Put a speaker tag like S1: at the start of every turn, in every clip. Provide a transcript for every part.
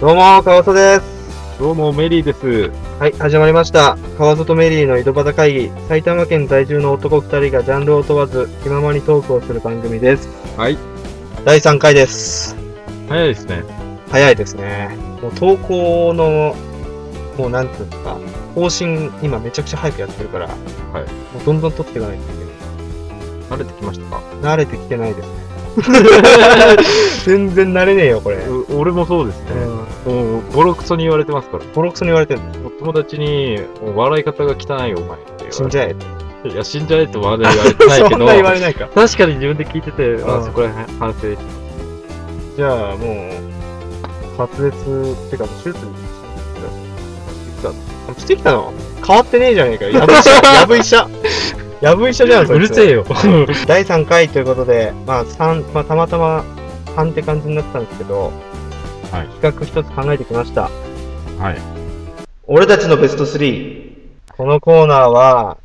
S1: どうも、川瀬です。
S2: どうも、メリーです。
S1: はい、始まりました。川瀬とメリーの井戸端会議。埼玉県在住の男2人がジャンルを問わず、気ままにトークをする番組です。
S2: はい。
S1: 第3回です。
S2: 早いですね。
S1: 早いですね。もう投稿の、もうなんつうんですか、更新、今めちゃくちゃ早くやってるから、
S2: い
S1: もうどんどん取っていかないといけない。
S2: 慣れてきましたか
S1: 慣れてきてない ですね。全然慣れねえよ、これ。うん。
S2: う俺もそうですね。もう、ボロクソに言われてますから。
S1: ボロクソに言われてるの。
S2: もう友達に、もう笑い方が汚いよ、お前って言われて。
S1: 死んじゃえ。
S2: いや、死んじゃえとまだ言われてないけ
S1: そん
S2: ど
S1: な、言われないか。
S2: 確かに自分で聞いてて、
S1: ん
S2: あそこら辺反省して。
S1: じゃあもう、滑舌ってかもう手術にしてきた。してきたの変わってねえじゃねえかよ。やぶ 医者、やぶ医者。やぶ医者じゃん、そいつ
S2: うるせえよ。
S1: 第3回ということで、まあ三まあたまたま3って感じになったんですけど、
S2: はい
S1: 企画一つ考えてきました。
S2: はい。
S1: 俺たちのベスト3。このコーナーは、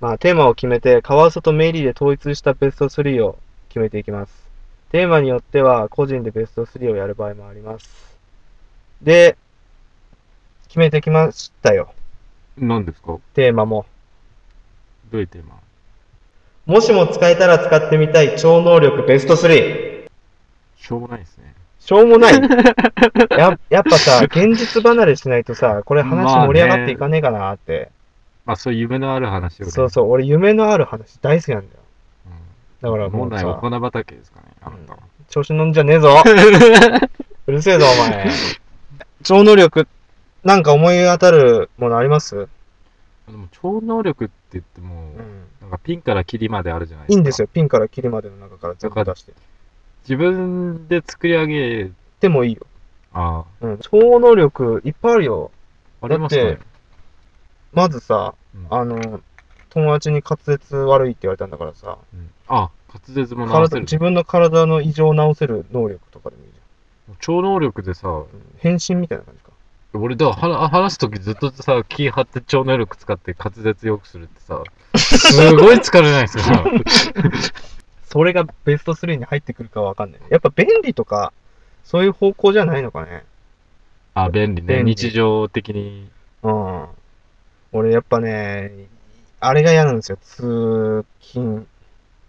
S1: まあテーマを決めて、川外メリーで統一したベスト3を決めていきます。テーマによっては、個人でベスト3をやる場合もあります。で、決めてきましたよ。
S2: 何ですかど
S1: テーマも。
S2: ういうテーマ
S1: もしも使えたら使ってみたい超能力ベスト 3!
S2: しょうもないですね。
S1: しょうもない ややっぱさ、現実離れしないとさ、これ話盛り上がっていかねえかなって。
S2: まあ、そういう夢のある話をね。
S1: そうそう、俺夢のある話大好きなんだよ。
S2: うん。
S1: だからも
S2: 本
S1: う
S2: 来は
S1: さ
S2: お、花畑ですかね、あなたは。
S1: 調子乗んじゃねえ ぞうるせえぞ、お前。超能力、なんか思い当たるものあります
S2: でも、超能力って言っても、
S1: うん。
S2: なんかピンからキリまであるじゃない
S1: い
S2: ですか。
S1: いんですよ、ピンからキリまでの中から全部出して。
S2: 自分で作り上げ、
S1: でもいいよ。
S2: あ
S1: うん。超能力、いっぱいあるよ。
S2: あ、ありますか
S1: だっ
S2: ね
S1: て。まずさ、
S2: うん
S1: あの、友達に滑舌悪いって言われたんだからさ、
S2: うんあ、滑舌も直
S1: 体
S2: せ
S1: 自
S2: る。
S1: 分の体の異常を直せる能力とかでもいいじ
S2: 超能力でさ、
S1: ゃん。うん変身みたいな感じか。
S2: 俺だからはな話すときずっとさ、気張って超能力使って滑舌良くするってさ、すごい疲れないです か
S1: それがベスト3に入ってくるかはわかんない。やっぱ便利とか、そういう方向じゃないのかね。
S2: あ、便利
S1: 便
S2: ね。
S1: 利
S2: 日常的に。
S1: うん。俺やっぱね、あれが嫌なんですよ。通勤、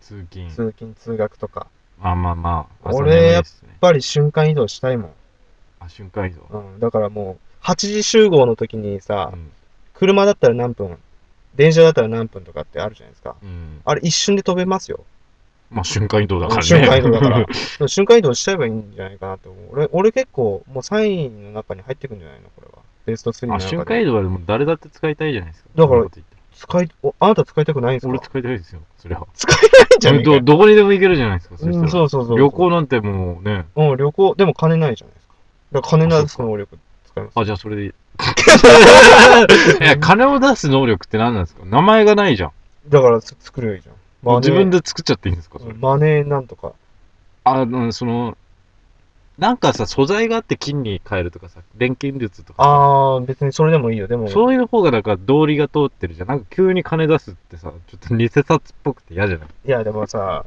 S2: 通勤。
S1: 通勤、通学とか。
S2: まあまあまあ。朝
S1: 俺
S2: 眠いですね
S1: やっ。ぱり瞬間移動したいもん。
S2: あ、瞬間移動。
S1: うん。だからもう、8時集合の時にさ
S2: う、ん。
S1: 車だったら何分、電車だったら何分とかってあるじゃないですか。
S2: うん。
S1: あれ一瞬で飛べますよ。
S2: まあ瞬間移動だからね。
S1: 瞬間移動だから。で。も 瞬間移動しちゃえばいいんじゃないかなと思う。俺、俺結構、もう3位の中に入ってくんじゃないのこれは。ベスト3の
S2: あ、
S1: 中で。
S2: 瞬間移動はでも誰だって使いたいじゃないですか。
S1: だから
S2: そんなこと言って
S1: 使い、おあなた使いたくないんですか
S2: 俺使いたいですよ、そりゃ。
S1: 使いたいんじゃないか
S2: ど、どこにでも行けるじゃないですか、そした
S1: うん、
S2: ら。
S1: そうそうそう。
S2: 旅行なんてもうね、
S1: うん、旅行、でも金ないじゃないですか。だから金なす能力使います。
S2: あ、じゃあそれで いい。いや、金を出す能力って何なんですか名前がないじゃん。
S1: だからつ作るよいいじゃん。
S2: もう自分
S1: で。
S2: で作っちゃっていいんですかそれ。
S1: マネーなんとか。
S2: あの、その、なんかさ、素材があって金に変えるとかさ、錬金術とか
S1: あー、別にそれでもいいよ。でも、
S2: さ、そういう方がなんか道理が通ってるじゃん。なんか急に金出すってさ、ちょっと偽札っぽくて嫌じゃない
S1: いや、でもさ、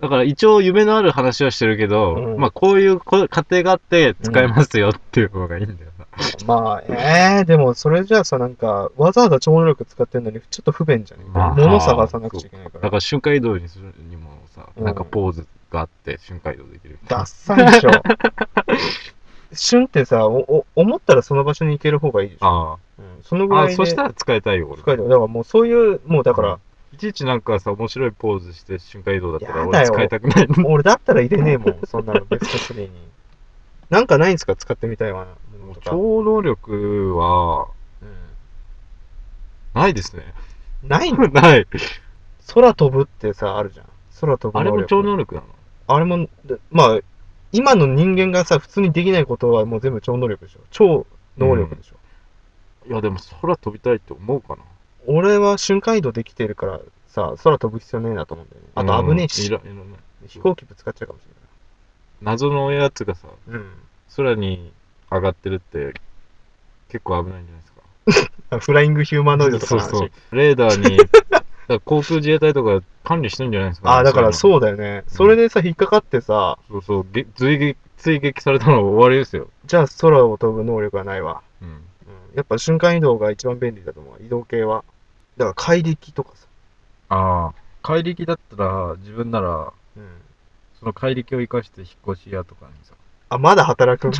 S2: だから一応夢のある話はしてるけど、
S1: うん
S2: まあこういうこ過程があって使えますよっていう方がいいんだよな。
S1: まあ、えー、でもそれじゃあさ、なんか、わざわざ超能力使ってんのに、ちょっと不便じゃね
S2: まあ
S1: 物探さなくちゃいけないか
S2: だ
S1: ら。
S2: から瞬間移動にするにもさ、
S1: うん
S2: なんかポーズがあって瞬間移動できる。
S1: ダッサい でしょ。旬ってさおお、思ったらその場所に行ける方がいいでしょ。
S2: あ
S1: うん、そのぐ
S2: あ。
S1: らい
S2: あ
S1: で
S2: そしたら使いたいよ、俺。
S1: 使える。だからもうそういう、もうだから、
S2: いちいちなんかさ、面白いポーズして瞬間移動だったら
S1: やだ
S2: 俺
S1: よ
S2: 使いたくない。
S1: 俺だったら入れねえもん、そんなのベスト3に。なんかないんすか使ってみたいわな。
S2: も
S1: もの
S2: う
S1: とか
S2: 超能力は、
S1: う
S2: ないです ね。
S1: んないの
S2: ない。
S1: 空飛ぶってさ、あるじゃん。空飛ぶ
S2: あれも超能
S1: 力。
S2: 力なの
S1: あれも、でまあ、今の人間がさ、普通にできないことはもう全部超能力でしょ。超能力でしょ。
S2: いや、でも空飛びたいって思うかな。
S1: 俺は瞬間移動できてるからさ、空飛ぶ必要ねえなと思うんだよね。あと危ねえ
S2: うんい
S1: し、
S2: らいらない
S1: 飛行機ぶつかっちゃうかもし
S2: 謎のやつがさ、
S1: れない。
S2: 空に上がってるって結構危ないんじゃないですか。
S1: うん。フライングヒューマノイドとかの話
S2: そうそう。レーダーにから航空自衛隊とか管理してるんじゃないですか、
S1: ああ、だから
S2: うい
S1: そうだよね。それでさ、引っかかってさ、
S2: うの。そうそう、げ追撃、追撃されたのは終わりですよ。
S1: じゃあ空を飛ぶ能力はないわ。
S2: うん。
S1: うん、やっぱ瞬間移動が一番便利だと思う。移動系は。だから怪力とかさ。
S2: ああ、怪力だったら、自分なら、
S1: うん、
S2: その怪力を生かして引っ越し屋とかにさ。
S1: あ、まだ 働くん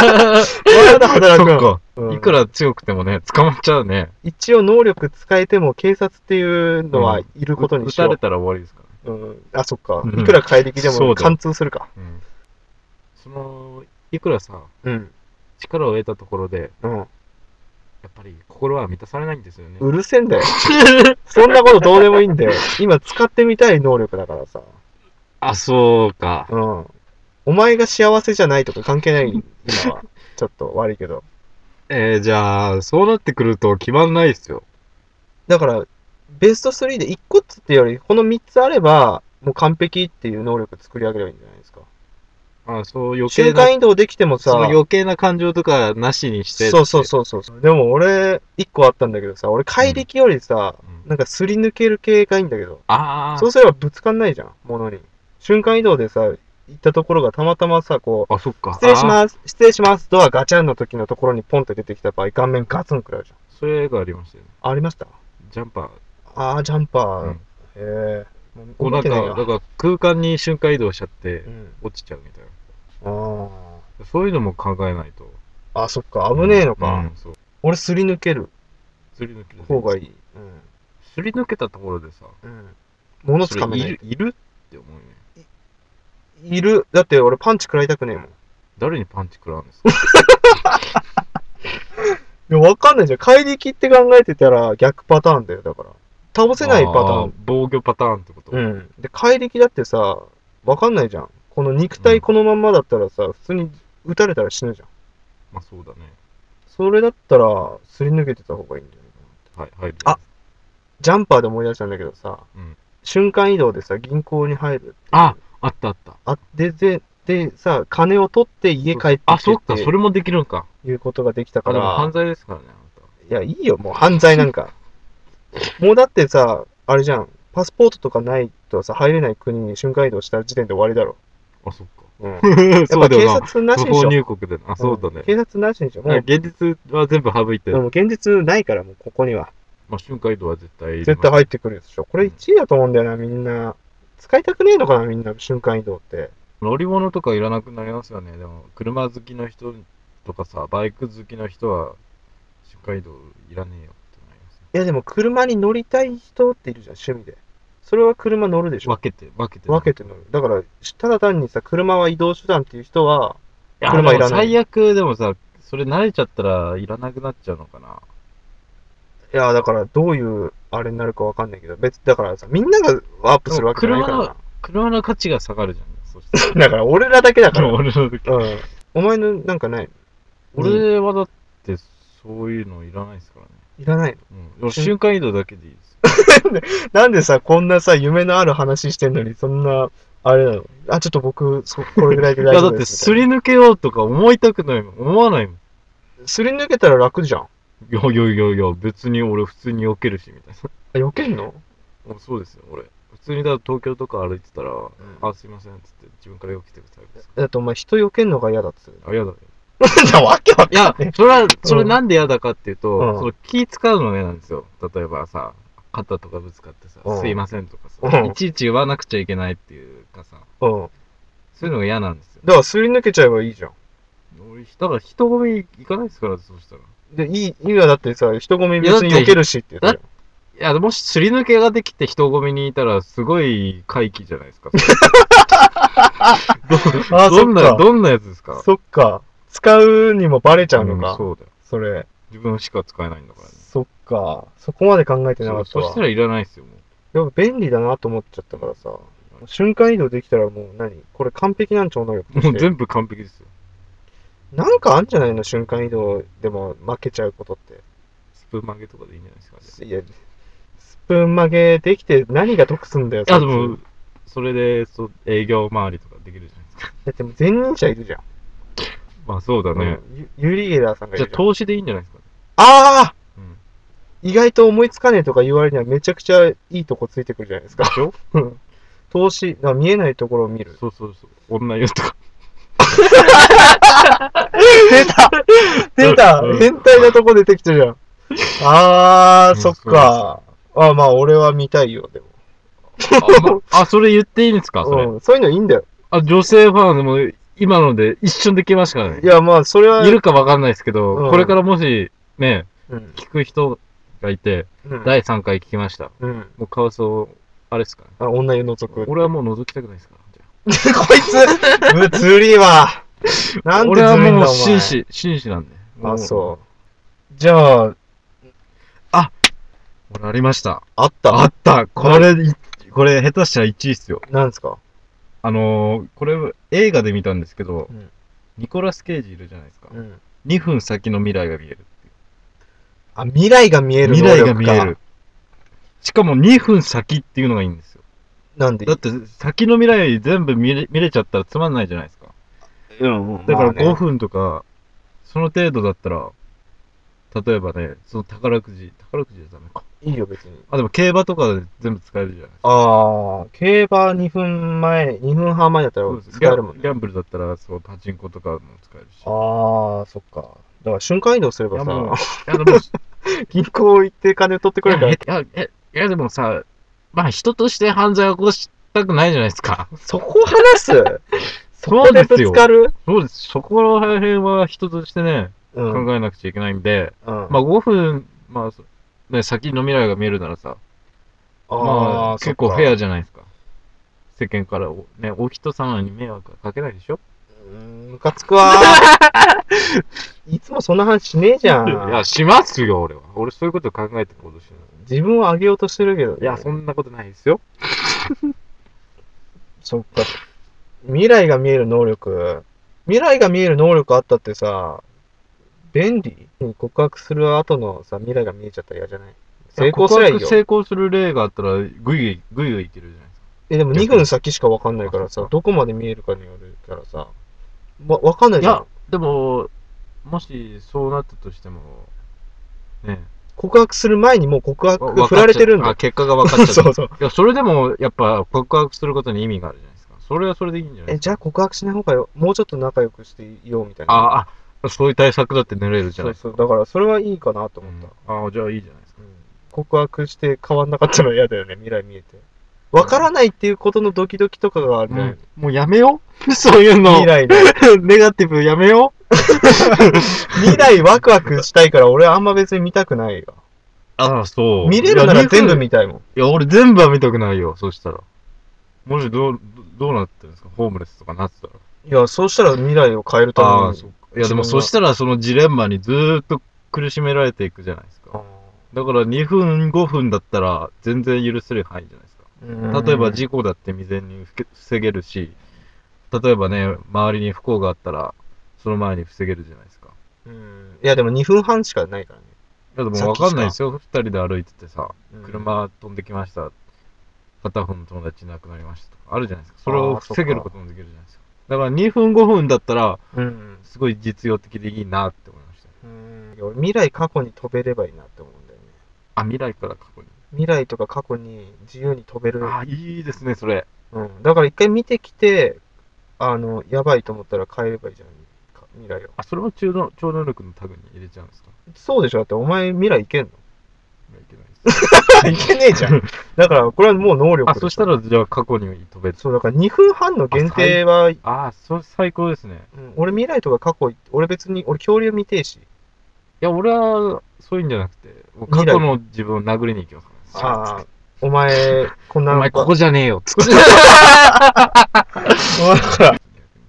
S1: まだ働くん、
S2: そっか。
S1: うん
S2: いくら強くてもね、捕まっちゃうね。
S1: 一応能力使えても警察っていうのは
S2: うん
S1: いることに
S2: 撃
S1: しよ
S2: た
S1: う。
S2: れたら終わりですから。
S1: うん、あ、そっか
S2: う。ん
S1: いくら怪力で
S2: そ
S1: も
S2: うだよ
S1: 貫通するか。
S2: うん。その、いくらさ、
S1: うん。
S2: 力を得たところで、
S1: うん。
S2: やっぱり心は満たされないんですよね。
S1: うるせえんだよ。そんなことどうでもいいんだよ。今使ってみたい能力だからさ。
S2: あ、そうか。
S1: うん。お前が幸せじゃないとか関係ない、今は。ちょっと悪いけど。
S2: えー、じゃあ、そうなってくると決まんないですよ。
S1: だから、ベスト3で1個っつってより、この3つあれば、もう完璧っていう能力作り上げればいいんじゃないですか。
S2: あそう余計
S1: 瞬
S2: な
S1: 間移動できてもさ
S2: そ、の余計な感情とかなしにして。
S1: そうそうそうそう。でも俺、1個あったんだけどさ、俺怪力よりさ、
S2: うん。
S1: なんかすり抜ける系がいいんだけど、
S2: あ
S1: そう
S2: ー
S1: すればぶつかんないじゃん、物に。瞬間移動でさ、行ったところがたまたまさ、こう、
S2: あ、そっか。
S1: 失礼します、失礼します、ドアガチャンの時のところにポンと出てきた場合、顔面ガツンくらうじゃん。
S2: す。それがありましたよね。
S1: ありました
S2: ジャンパー。
S1: あー、ジャンパー。
S2: うん
S1: へえ。
S2: こうなんか、
S1: 覚えて
S2: だから空間に瞬間移動しちゃって
S1: う、ん。
S2: 落ちちゃうみたい
S1: あ
S2: な。そういうのも考えないと。
S1: あ。あ、そっか、危ねえのか。
S2: うんうんそう。
S1: 俺、すり抜ける
S2: すり抜けた
S1: 方がいい。
S2: すり抜けたところでさ、
S1: うん。うん。物つかめ
S2: い
S1: ない。い
S2: る
S1: る
S2: いるって思うよね。
S1: だって俺、パンチ食らいたくねえもん。い
S2: 誰にパンチ食らうんですか
S1: や、わかんないじゃん。怪力って考えてたら逆パターンだよ、だから。倒せないパター
S2: あ
S1: ン。
S2: 防御パターンってこと。
S1: うん。で、怪力だってさ、わかんないじゃん。この肉
S2: う
S1: 体
S2: ん
S1: このまんまだったらさ、普通に撃たれたら死ぬじゃん。
S2: まあそうだね。
S1: それだったら、すり抜けてた方がいいんじゃないかな。
S2: はい、はい。
S1: あジャンパーで思い出したんだけどさ、
S2: うん
S1: 瞬間移動でさ、銀行に入るっていう
S2: ああったあった。
S1: あで、で、で、さ、金を取って家帰ってきて
S2: あ、そっか、そ
S1: れ
S2: れもできるのか。
S1: いうことができた
S2: あ、
S1: か
S2: でも犯
S1: ら、
S2: 罪ですからね、
S1: いや、いいよ、もう犯罪なん か。もうだってさ、あれじゃん、パスポートとかないとさ、入れない国に瞬間移動した時点で終わりだろ。
S2: あんた。あ、そっ か。
S1: うん、やっ
S2: そう
S1: ぱ
S2: だ
S1: 警
S2: よな。
S1: 察なし
S2: 不
S1: でし
S2: 法
S1: ょ。
S2: 入国でな。あ、そうだ
S1: ん
S2: ね。
S1: 警察なしでしょ。もう、
S2: 現実は全部省いて、
S1: でも現実ないから、もうここには。
S2: まあ、瞬間移動は絶対入れます
S1: 絶対入ってくるでしょ。これ1位だと思うんだよな、みんな。使いたくねえのかな、みんな、瞬間移動って。
S2: 乗り物とかいらなくなりますよね。でも、車好きの人とかさ、バイク好きの人は、瞬間移動いらねえよってなりますよ
S1: いやでも車に乗りたい人っているじゃん、趣味で。それは車乗るでしょ。
S2: 分けて、分けて。
S1: 分けて乗る。だから、ただ単にさ、車は移動手段っていう人は、
S2: いや
S1: 車いらない
S2: でも最悪、でもさ、それ慣れちゃったらいらなくなっちゃうのかな。
S1: いや、だからどういうあれになるか分かんないけど、別、だからさ、みんながワープするわけじゃないから
S2: でも
S1: な。
S2: 車の価値が下がるじゃん。そしたら
S1: だから俺らだけだ から。うん。
S2: 俺の時。
S1: お前のなんかない
S2: 俺はだって、そういうのいらないですからね。
S1: いらないの
S2: うん、俺瞬間移動だけでいいです。
S1: なんでさ、こんなさ、夢のある話してんのに、そんな、あれなのあ、ちょっと僕、そこれぐらいで
S2: い
S1: 大
S2: や、
S1: 丈夫
S2: だっ
S1: で
S2: て
S1: す。
S2: すり抜けようとか思いたくないもん。思わないもん。
S1: すり抜けたら楽じゃん。
S2: いやいやいやいや、別に俺普通に避けるし、みたい
S1: あ、避けんの
S2: な。もうそうですよ、俺。普通にだから東京とか歩いてたら、あ、すいません、つって自分から避けてください。
S1: だってお前、人避けんのが嫌だっつうの。
S2: あ、嫌だ。
S1: じゃわけわ
S2: いや、それは、それなんで嫌だかっていうと、
S1: うん
S2: その気使うのが嫌なんですよ。例えばさ、肩とかぶつかってさ、
S1: うん
S2: すいませんとかさ、
S1: うん
S2: いちいち言わなくちゃいけないっていうかさ、
S1: うん。
S2: そういうのが嫌なんですよ。
S1: だからすり抜けちゃえばいいじゃん。
S2: 俺、だから人混み行かないですから、そうしたら。
S1: で、いい、今だってさ、人混み別に
S2: いやだって
S1: 避けるしって言ったじ
S2: いや、もしすり抜けができて人混みにいたら、すごい回帰じゃな いですか。
S1: ゃん。あ
S2: どんな、どんなやつですか
S1: そっか。使うにもバレちゃうの
S2: うん
S1: か。
S2: そうだよ。
S1: それ。
S2: 自分しか使えないんだからね。
S1: そっか。そこまで考えてなかった
S2: そうそ
S1: わ
S2: した。らいらないですよ、もう。
S1: やっぱ便利だなと思っちゃったからさ。瞬間移動できたらもう何これ完璧なんちゃう能力と
S2: も
S1: し
S2: う
S1: て。
S2: 全部完璧ですよ。
S1: なんかあんじゃないの瞬間移動でも負けちゃうことっ
S2: スプーン曲げとかでいいんじゃないですか、ね。
S1: て。いや、スプーン曲げできて何が得すんだよ。
S2: いや、で
S1: そいつ
S2: も、それで、そう、営業回りとかできるじゃないですか。
S1: だってもう前任者いるじゃん。
S2: まあ、そうだね。
S1: ユユリゲラーさんがい
S2: じゃ
S1: る
S2: あ、
S1: じゃん。
S2: 投資でいいんじゃないですか。
S1: ああ
S2: うん。
S1: 意外と思いつかねえとか言われるにはめちゃくちゃいいとこついてくるじゃないですか。うん投資、だから見えないところを見る。
S2: そうそうそう。女湯 とか。
S1: 出た出た
S2: うん
S1: 変態なとこ出てきてるじゃん。あー、そっか。あまあ、俺は見たいよ、でも。
S2: あ、まあ、それ言っていいんですかそれ。
S1: うん、そういうのいいんだよ。
S2: あ、女性ファンでも今ので一瞬できましたからね。
S1: いや、まあ、それは。
S2: いるかわかんないですけど、
S1: うん
S2: これからもしね、
S1: うん。
S2: 聞く人がいて、
S1: うん。
S2: 第3回聞きました。
S1: うん。
S2: もうカワウソ、あれですかね。
S1: あ、女湯覗 く。こ
S2: 俺はもう覗きたくないですから。じゃ
S1: いつ、むずり は。
S2: あ
S1: なんでず
S2: 俺は
S1: るいん
S2: も
S1: だ、
S2: う
S1: お前
S2: 紳。士、紳士なんで。
S1: あ、そう。じゃあ、
S2: う。俺ありました。
S1: あった。
S2: あったこれ、いこれ下手したら1位っすよ。
S1: なんですか
S2: あのー、これ映画で見たんですけど、
S1: うん
S2: ニコラス・ケイジいるじゃないですか。
S1: うん。
S2: 2分先の未来が見えるっていう
S1: あ、未来が見える
S2: 未来が
S1: 能
S2: 見
S1: 力か
S2: える。しかも2分先っていうのがいいんですよ。
S1: なんで
S2: だって先の未来全部見れ見れちゃったらつまんないじゃないですか。
S1: うん、
S2: だから
S1: まあ
S2: 5
S1: ね
S2: 分とか、その程度だったら、例えばね、その宝くじ、宝くじはダメか。
S1: いいよ、別に。
S2: あ、でも競馬とかで全部使えるじゃないですか。
S1: ああ、競馬2分前、2分半前だったら使えるもん
S2: ギ
S1: ね。
S2: ャンブルだったら、そう、パチンコとかも使えるし。
S1: ああ、そっか。だから瞬間移動すれ
S2: い
S1: ば
S2: やもう
S1: さ、
S2: いやでも
S1: 銀行行って金取ってくれるか
S2: い
S1: ら
S2: や、いや、いやでもさ、まあ人として犯罪を起こしたくないじゃないですか。
S1: そこ話すそ
S2: そ
S1: こ
S2: う
S1: で
S2: で
S1: ぶ
S2: す
S1: つ
S2: よ。
S1: かる
S2: そうです。そこら辺は人としてね、
S1: うん。うん。
S2: 考えなくちゃいけないんで、まあ5分、まあそ、ね、先の未来が見えるならさ、まあ結構フェ
S1: ア。
S2: アじゃないですか。世間からお、ね、お人様に迷惑はかけないでしょ
S1: うーんムカつくわ ー。いつもそんな話しねえじゃ
S2: いや、
S1: ん。
S2: しますよ、俺は。俺そういうこと考えて行動しない。
S1: 自分をあげようとしてるけどね。
S2: いや、そんなことないですよ。
S1: そっか。未来が見える能力。未来が見える能力あったってさ、便利に告白する後のさ、未来が見えちゃったら嫌じゃない成功すりゃいい
S2: 告
S1: よ
S2: 白。成功する例があったら、ぐいぐい、ぐいぐいいけるじゃないですか。
S1: え、でも2分先しかわかんないからさ、どこまで見えるかによるからさ、わ、わかんない
S2: い
S1: じゃん
S2: や。、でも、もしそうなったとしても、ね、
S1: 告白する前にもう告
S2: わ
S1: 白振られてるんだ
S2: わかっちゃうあ
S1: よ。
S2: 結果が分かっちゃった。
S1: そうそう。
S2: いや、 それでも、やっぱ告白することに意味があるじゃないですか。それはそれでいいんじゃない
S1: え、
S2: です
S1: じゃあ告白しない方がよ、もうちょっと仲良くしていようみたい
S2: か。
S1: な。
S2: ああ、そういう対策だって練れるじ
S1: そ
S2: ゃないうですか。
S1: そう。だからそれはいいかなと思った。
S2: ああ、じゃあいいじゃないですか。
S1: 告白して変わんなかったら嫌だよね、未来見えて。わからないっていうことのドキドキとかがある、
S2: もうもうやめよう そういうの
S1: 未。来の。
S2: ネガティブやめよう
S1: 未来ワクワクしたいから俺あんま別に見たくないよ。
S2: ああ、そう。
S1: 見れるなら全部
S2: い
S1: 見たいもん。
S2: や、俺全部は見たくないよ、そしたら。もしどう、どうなってるんですかホームレスとかなってたら。
S1: いや、そうしたら未来を変えるた
S2: あ
S1: め
S2: あ、
S1: に。
S2: そうか。いや、で
S1: 自
S2: も
S1: 分
S2: そ
S1: が
S2: したらそのジレンマにずーっと苦しめられていくじゃないです
S1: あ
S2: か。だから2分、5分だったら全然許せる範囲じゃないですか。
S1: ー
S2: 例えば事故だって未然にふけ防げるし、例えばね、周りに不幸があったら、その前に防げるじゃないですか。
S1: うんいや、でも2分半しかないからね。
S2: だって
S1: さ
S2: もう
S1: っきしか
S2: わかんないですよ。二人で歩いててさ、
S1: うん
S2: 車飛んできました。片方の友達亡くなりましたとか、あるじゃないですか。それを
S1: あーそっか
S2: 防げることもできるじゃないですか。だから2分、5分だったら、
S1: うん。
S2: すごい実用的でいいなって思いました。
S1: うんいや俺未来過去に飛べればいいなって思うんだよね。
S2: あ、未来から過去に。
S1: 未来とか過去に自由に飛べる。
S2: ああ、いいですね、それ。
S1: うん、だから一回見てきて、あの、やばいと思ったら変えればいいじゃん。か未来を。
S2: あ、それは超能超能力のタグに入れちゃう んですか
S1: そうでしょだってお前未来いけんの
S2: いやいけないです。
S1: いけねえじゃん。 だからこれはもう能力
S2: あ、
S1: でしょ
S2: そした、ら、じゃあ過去に飛べる。
S1: そう、だから2分半の限定は、うん
S2: ああ、それ最高ですね。い
S1: 俺未来とか過去い、俺別に、俺恐竜見てえし。
S2: や、俺は、そういうんじゃなくて、もう過去の自分を殴りに行きますからね。
S1: ああ、お前、こん
S2: お
S1: な
S2: 前、ここじゃねえよ、つ って。
S1: お前ほら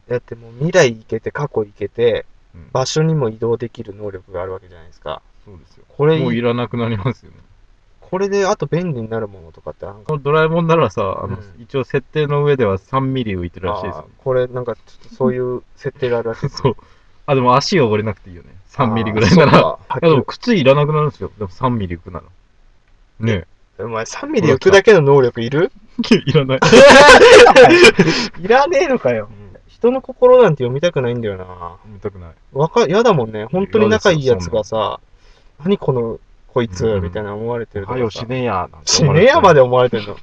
S1: だってもう未来行けて、過去行けて、
S2: うん
S1: 場所にも移動できる能力があるわけじゃないですか。
S2: そうですよ。
S1: これ、
S2: もういらなくなりますよね。
S1: これであと便利になるものとかってあるんか
S2: このドラえもんならさ、あの、
S1: うん
S2: 一応設定の上では3ミリ浮いてるらしいです
S1: あーこれなんかちょっとそういう設定があるらしい
S2: よ。そう。あ、でも足汚れなくていいよね。3ミリぐらいなら。い
S1: あー
S2: や、で
S1: そ
S2: も
S1: うか
S2: 靴いらなくなるんですよ。でも3ミリ浮くなら。ね
S1: お前3ミリ浮くだけの能力いる
S2: え。い らない。
S1: いらねえのかよ。人の心なんて読みたくないんだよな。
S2: 見たくない。
S1: わか、やだもんね。本当に仲いいやつがさ、何この、こいつ、
S2: うん
S1: みたいな思われてると
S2: は
S1: か
S2: よ、
S1: さ
S2: 死ねや。なんて
S1: 死
S2: 思われ
S1: ね
S2: て
S1: やまで思われてんの。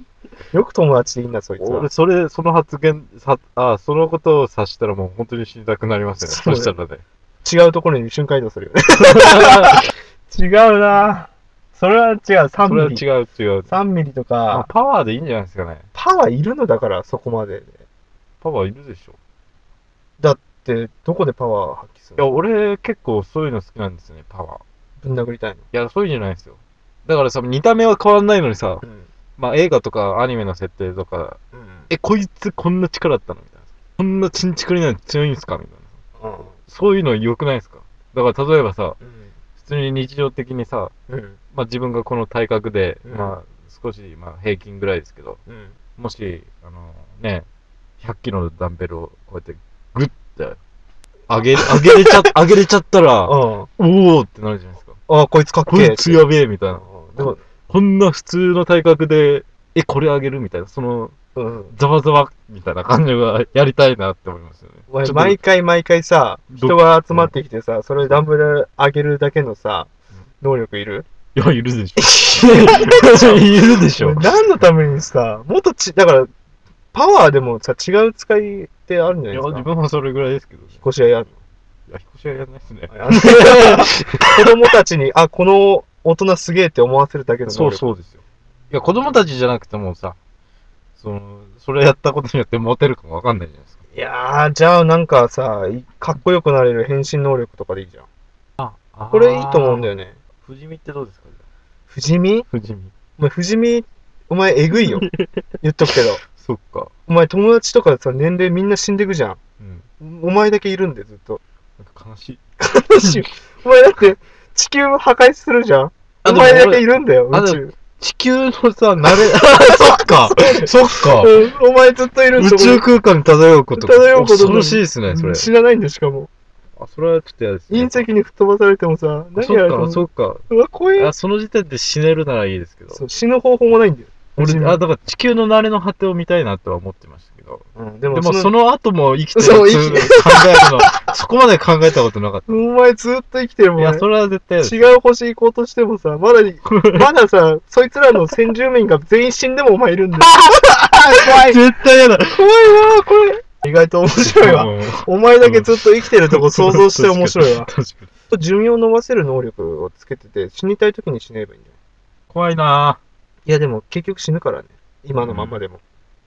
S1: よく友達でいいんだ、そいつは
S2: 俺、。それ、その発言、さあ、そのことを察したらもう本当に死にたくなりますよね。
S1: そ
S2: そうしたらね。
S1: 違うところに瞬間移動する よね。違うなそれは違う、3
S2: それは
S1: ミリ。
S2: 違う違う。
S1: 3ミリと
S2: まあ
S1: か、
S2: パワーでいいんじゃないですかね。
S1: パワーいるのだから、そこまでで。
S2: パワーいるでしょ。
S1: で、どこでパワーを発揮す
S2: い
S1: る
S2: や、
S1: の
S2: 俺結構そういうの好きなんですよね、パワー。
S1: ぶん殴りたいの。
S2: いや、そういうんじゃないですよ。だからさ、見た目は変わんないのにさ、
S1: ん。
S2: まあ映画とかアニメの設定とか、
S1: うん。
S2: え、こいつこんな力あったのみたいな。こんなチンチクになる強いんすかみたいな。
S1: うん。
S2: そういうの良くないですかだから例えばさ、普通に日常的にさ、
S1: うん。
S2: まあ自分がこの体格で、
S1: うん
S2: まあ少し、まあ平均ぐらいですけど、
S1: うん。
S2: もし、あのね、100キロのダンベルをこうやってグッて上げ、上げれ ちゃ、上げれちゃったら、お
S1: あ
S2: おーってなるじゃないですか。
S1: あ、こいつかっ
S2: こ
S1: けえ
S2: い。つやべえみたいな。
S1: うん
S2: で
S1: で
S2: も
S1: も、、
S2: こんな普通の体格で、え、これ上げるみたいな、その、
S1: うん。
S2: ざわざわみたいな感じがやりたいなって思いますよね。
S1: お前
S2: ちょっと
S1: 毎回毎回さ、
S2: ど
S1: 人が集まってきてさ、それダンベル上げるだけのさ、能力いる
S2: い や、いるでしょ。いるでしょ。
S1: 何のためにさ、もっとち、だから、パワーでもさ、違う使いってあるんじ
S2: い
S1: ゃ
S2: や、
S1: ないですか。
S2: 自分もそれぐらいですけど、ね。
S1: 引っ越し屋やんの
S2: いや、引っ越しはやらないですね。
S1: あの子供たちに、あ、この大人すげえって思わせるだけの
S2: そうそうですよ。いや、子供たちじゃなくてもさ、その、それやったことによってモテるかもわかんないじゃないですか。
S1: う。いやー、じゃあなんかさ、いかっこよくなれる変身能力とかでいいじゃん。これいいと思うんだ
S2: よ。
S1: よね。
S2: 富士見ってどうですか
S1: 不死身
S2: 富士見。
S1: お前、不死身、お前、えぐい よ。言っとくけど。
S2: そっか。
S1: お前、友達とかさ、年齢みんな死んでくじゃん。
S2: うん。
S1: お前だけいるんで、ずっ と。
S2: なんか悲しい。
S1: お前だって、地球破壊するじゃん。お前だけいるんだよ、
S2: あ
S1: 宇宙。
S2: 地球のさ、慣れ、 そっか。そっか。
S1: うんお前ずっといるん
S2: 宇宙空間に漂うこと。
S1: 漂うこと
S2: 恐ろしいですね、それ。
S1: 知らないんで、しかも。
S2: あ、それはちょっと嫌です、ね。
S1: 隕石に吹っ飛ばされてもさ、何やる
S2: そっか、
S1: と
S2: そっか。
S1: うわ、怖え
S2: あ。その時点で死ねるならいいですけど。
S1: そう死ぬ方法もないんだよ。
S2: 俺
S1: 死、ぬ
S2: あ、だから地球の慣れの果てを見たいなとは思ってましたけど。
S1: で
S2: で
S1: も、
S2: も
S1: その
S2: その後も生きてる
S1: そう
S2: 普通に考えるの、そこまで考えたことなかっ
S1: お前ずっと生きてる
S2: た。
S1: も
S2: い
S1: ん
S2: や、それは絶対嫌です。
S1: 違う星行こうとしてもさ、まだ、まださ、そいつらの先住民が全員死んでもお前いるんだよ。 怖い。
S2: 絶対嫌だ。
S1: 怖いな、これ。意外と面白いわ。
S2: うん
S1: お前だけずっと生きてるとこ想像して面白い わ。ちょ
S2: 確かに確かに
S1: っと寿命を伸ばせる能力をつけてて、死にたい時に死ねばいいんだよ。
S2: 怖いない
S1: や、でも結局死ぬからね。今のままでも。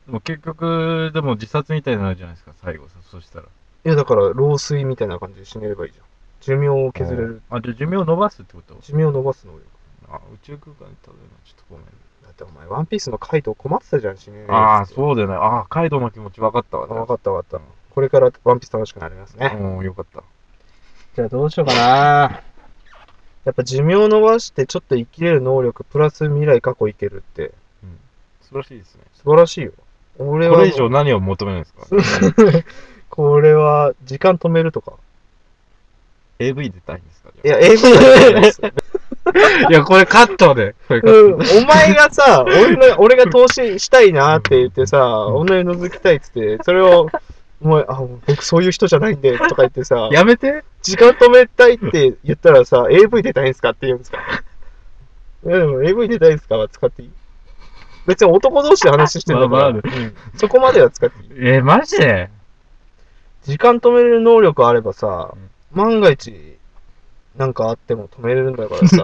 S2: ぁもう結局、でも自殺みたいになるじゃないですか、最後さ。そしたら。
S1: いや、だから、老衰みたいな感じで死ねればいいじゃん。寿命を削れる。
S2: あ、じゃあ寿命を伸ばすってこと
S1: 寿命を伸ばす能力。
S2: あ、宇宙空間に食べるのちょっとごめん。
S1: だってお前、ワンピースのカイト困ってたじゃん、死ね
S2: ああ、そうだよね。ああ、カイドウの気持ち分かったわ、
S1: うわかったわかった。これからワンピース楽しくなりますね。
S2: うん、よかった。
S1: じゃあどうしようかな。やっぱ寿命を伸ばしてちょっと生きれる能力、プラス未来過去いけるって、
S2: 素晴らしいですね。
S1: 素晴らしいよ。俺は
S2: こ
S1: もう、
S2: れ以上何を求めないんですか
S1: これは、時間止めるとか。
S2: ?AV 出たいんですか
S1: いや、英語じゃないです。
S2: いや、これカットで。これカッ
S1: うん、お前がさ、俺の、俺が投資したいなって言ってさ、
S2: うん
S1: 女に覗きたいっつって、それを、お前、あ、僕そういう人じゃないんで、とか言ってさ
S2: ト。、やめて。
S1: 時間止めたいって言ったらさ、AV 出たいんすかって言うんですかいやでも AV 出たいんすかは使っていい別に男同士で話してんだから、
S2: まあまあ
S1: うんそこまでは使っていい。
S2: えー、マジで
S1: 時間止めれる能力あればさ
S2: うん、
S1: 万が一なんかあっても止めれるんだからさ、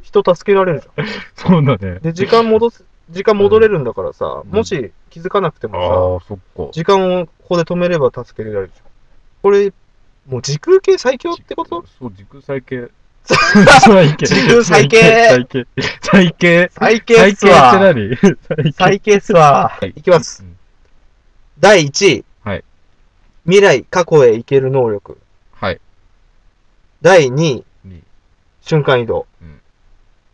S1: 人助けられるじゃん。
S2: そうだね。
S1: で、時間戻す、時間戻れるんだからさ、
S2: うん
S1: もし気づかなくて
S2: ああ
S1: も、
S2: そっか
S1: さ、。時間をここで止めれば助けられるじゃん。これ、もう時空系最強ってこと
S2: そう、時空最系。最系。
S1: 時空最系
S2: 最系。最系。
S1: 最強
S2: 最
S1: っ
S2: 系
S1: す
S2: って
S1: わ。
S2: 何
S1: 最強っすわ。いきます。。
S2: うん
S1: 第1位。
S2: はい
S1: 未来、過去へ行ける能力。
S2: はい。
S1: 第2位、
S2: に
S1: 瞬間移動。
S2: うん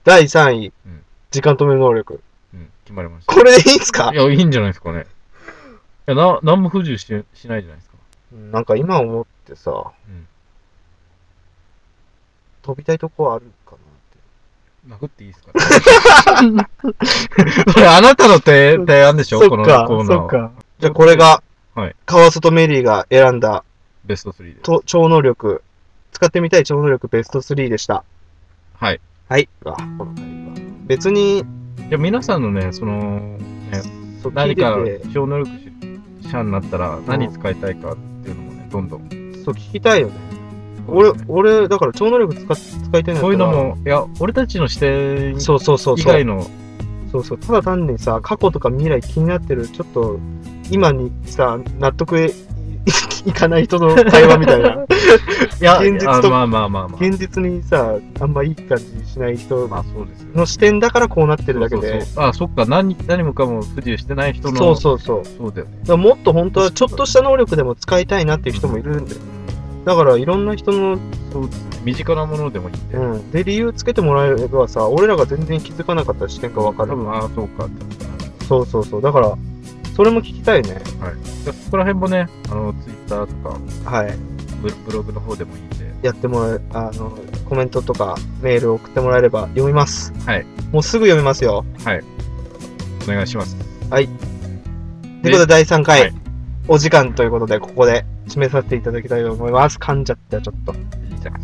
S1: 第3位、
S2: うん
S1: 時間止める能力。
S2: うん、決まりました。
S1: これでいいんすか
S2: いや、いいんじゃないですかね。いや、な、なんも不自由ししないじゃないですか。
S1: なんか今思ってさ、
S2: うん
S1: 飛びたいとこはあるかなって。
S2: 殴っていいですか、 それあなたの提提案でしょ
S1: そっ
S2: このコ
S1: か
S2: ー
S1: そ
S2: ナー
S1: っ
S2: は。
S1: か。じゃあこれが、
S2: はい
S1: 川里メリーが選んだ
S2: ベスト3です。
S1: と超能力、使ってみたい超能力ベスト3でした。
S2: はい。
S1: はい。
S2: わ、この回は。
S1: 別に、
S2: じゃ皆さんのね、その、ね、
S1: そう聞
S2: 何
S1: いて
S2: か
S1: て、
S2: 超能力者になったら何使いたいかっていうのもね、どんどん。
S1: そう聞きたいよね。俺、俺、だから超能力使っ使いたいんだったら
S2: そういうの、も、いや、俺たちの視点
S1: そうそうそう
S2: 以
S1: そう。
S2: 外の、
S1: そうそうただ単にさ過去とか未来気になってるちょっと今にさ納得いいかない人の会話みたい な
S2: いや
S1: 現実と
S2: あまあまあまあまあ。
S1: 現実にさあんまいい感じしない人
S2: まあそうですよ。
S1: の視点だからこうなってるだけ
S2: そう
S1: で
S2: そうそうあ、そっか、何何もかも不自由してない人の。
S1: そうそうそう
S2: そうだよね。
S1: だからもっと本当はちょっとした能力でも使いたいなっていう人もいるんだよだからいろんな人の、
S2: そうですね。身近なものでもいいんで。
S1: うん、で理由つけてもらえればさ俺らが全然気づかなかった視点がわか
S2: 多
S1: る
S2: 分、ああ、そうかって。
S1: そうそうそうだからそれも聞きたいね
S2: そこら辺もね、あの、ツイッターとか、
S1: はい
S2: ブブログの方でもいいんで、
S1: やってもらえあのコメントとかメールを送ってもらえれば読みます
S2: はい
S1: もうすぐ読みますよ
S2: お願いします。
S1: ということで第3回、
S2: はい
S1: お時間ということでここで締めさせていただきたいと思います噛んじゃったちょっと
S2: いいじゃん、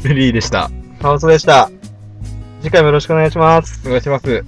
S2: それ。リーでした。
S1: カオスでした次回もよろしくお願いします
S2: お願いします。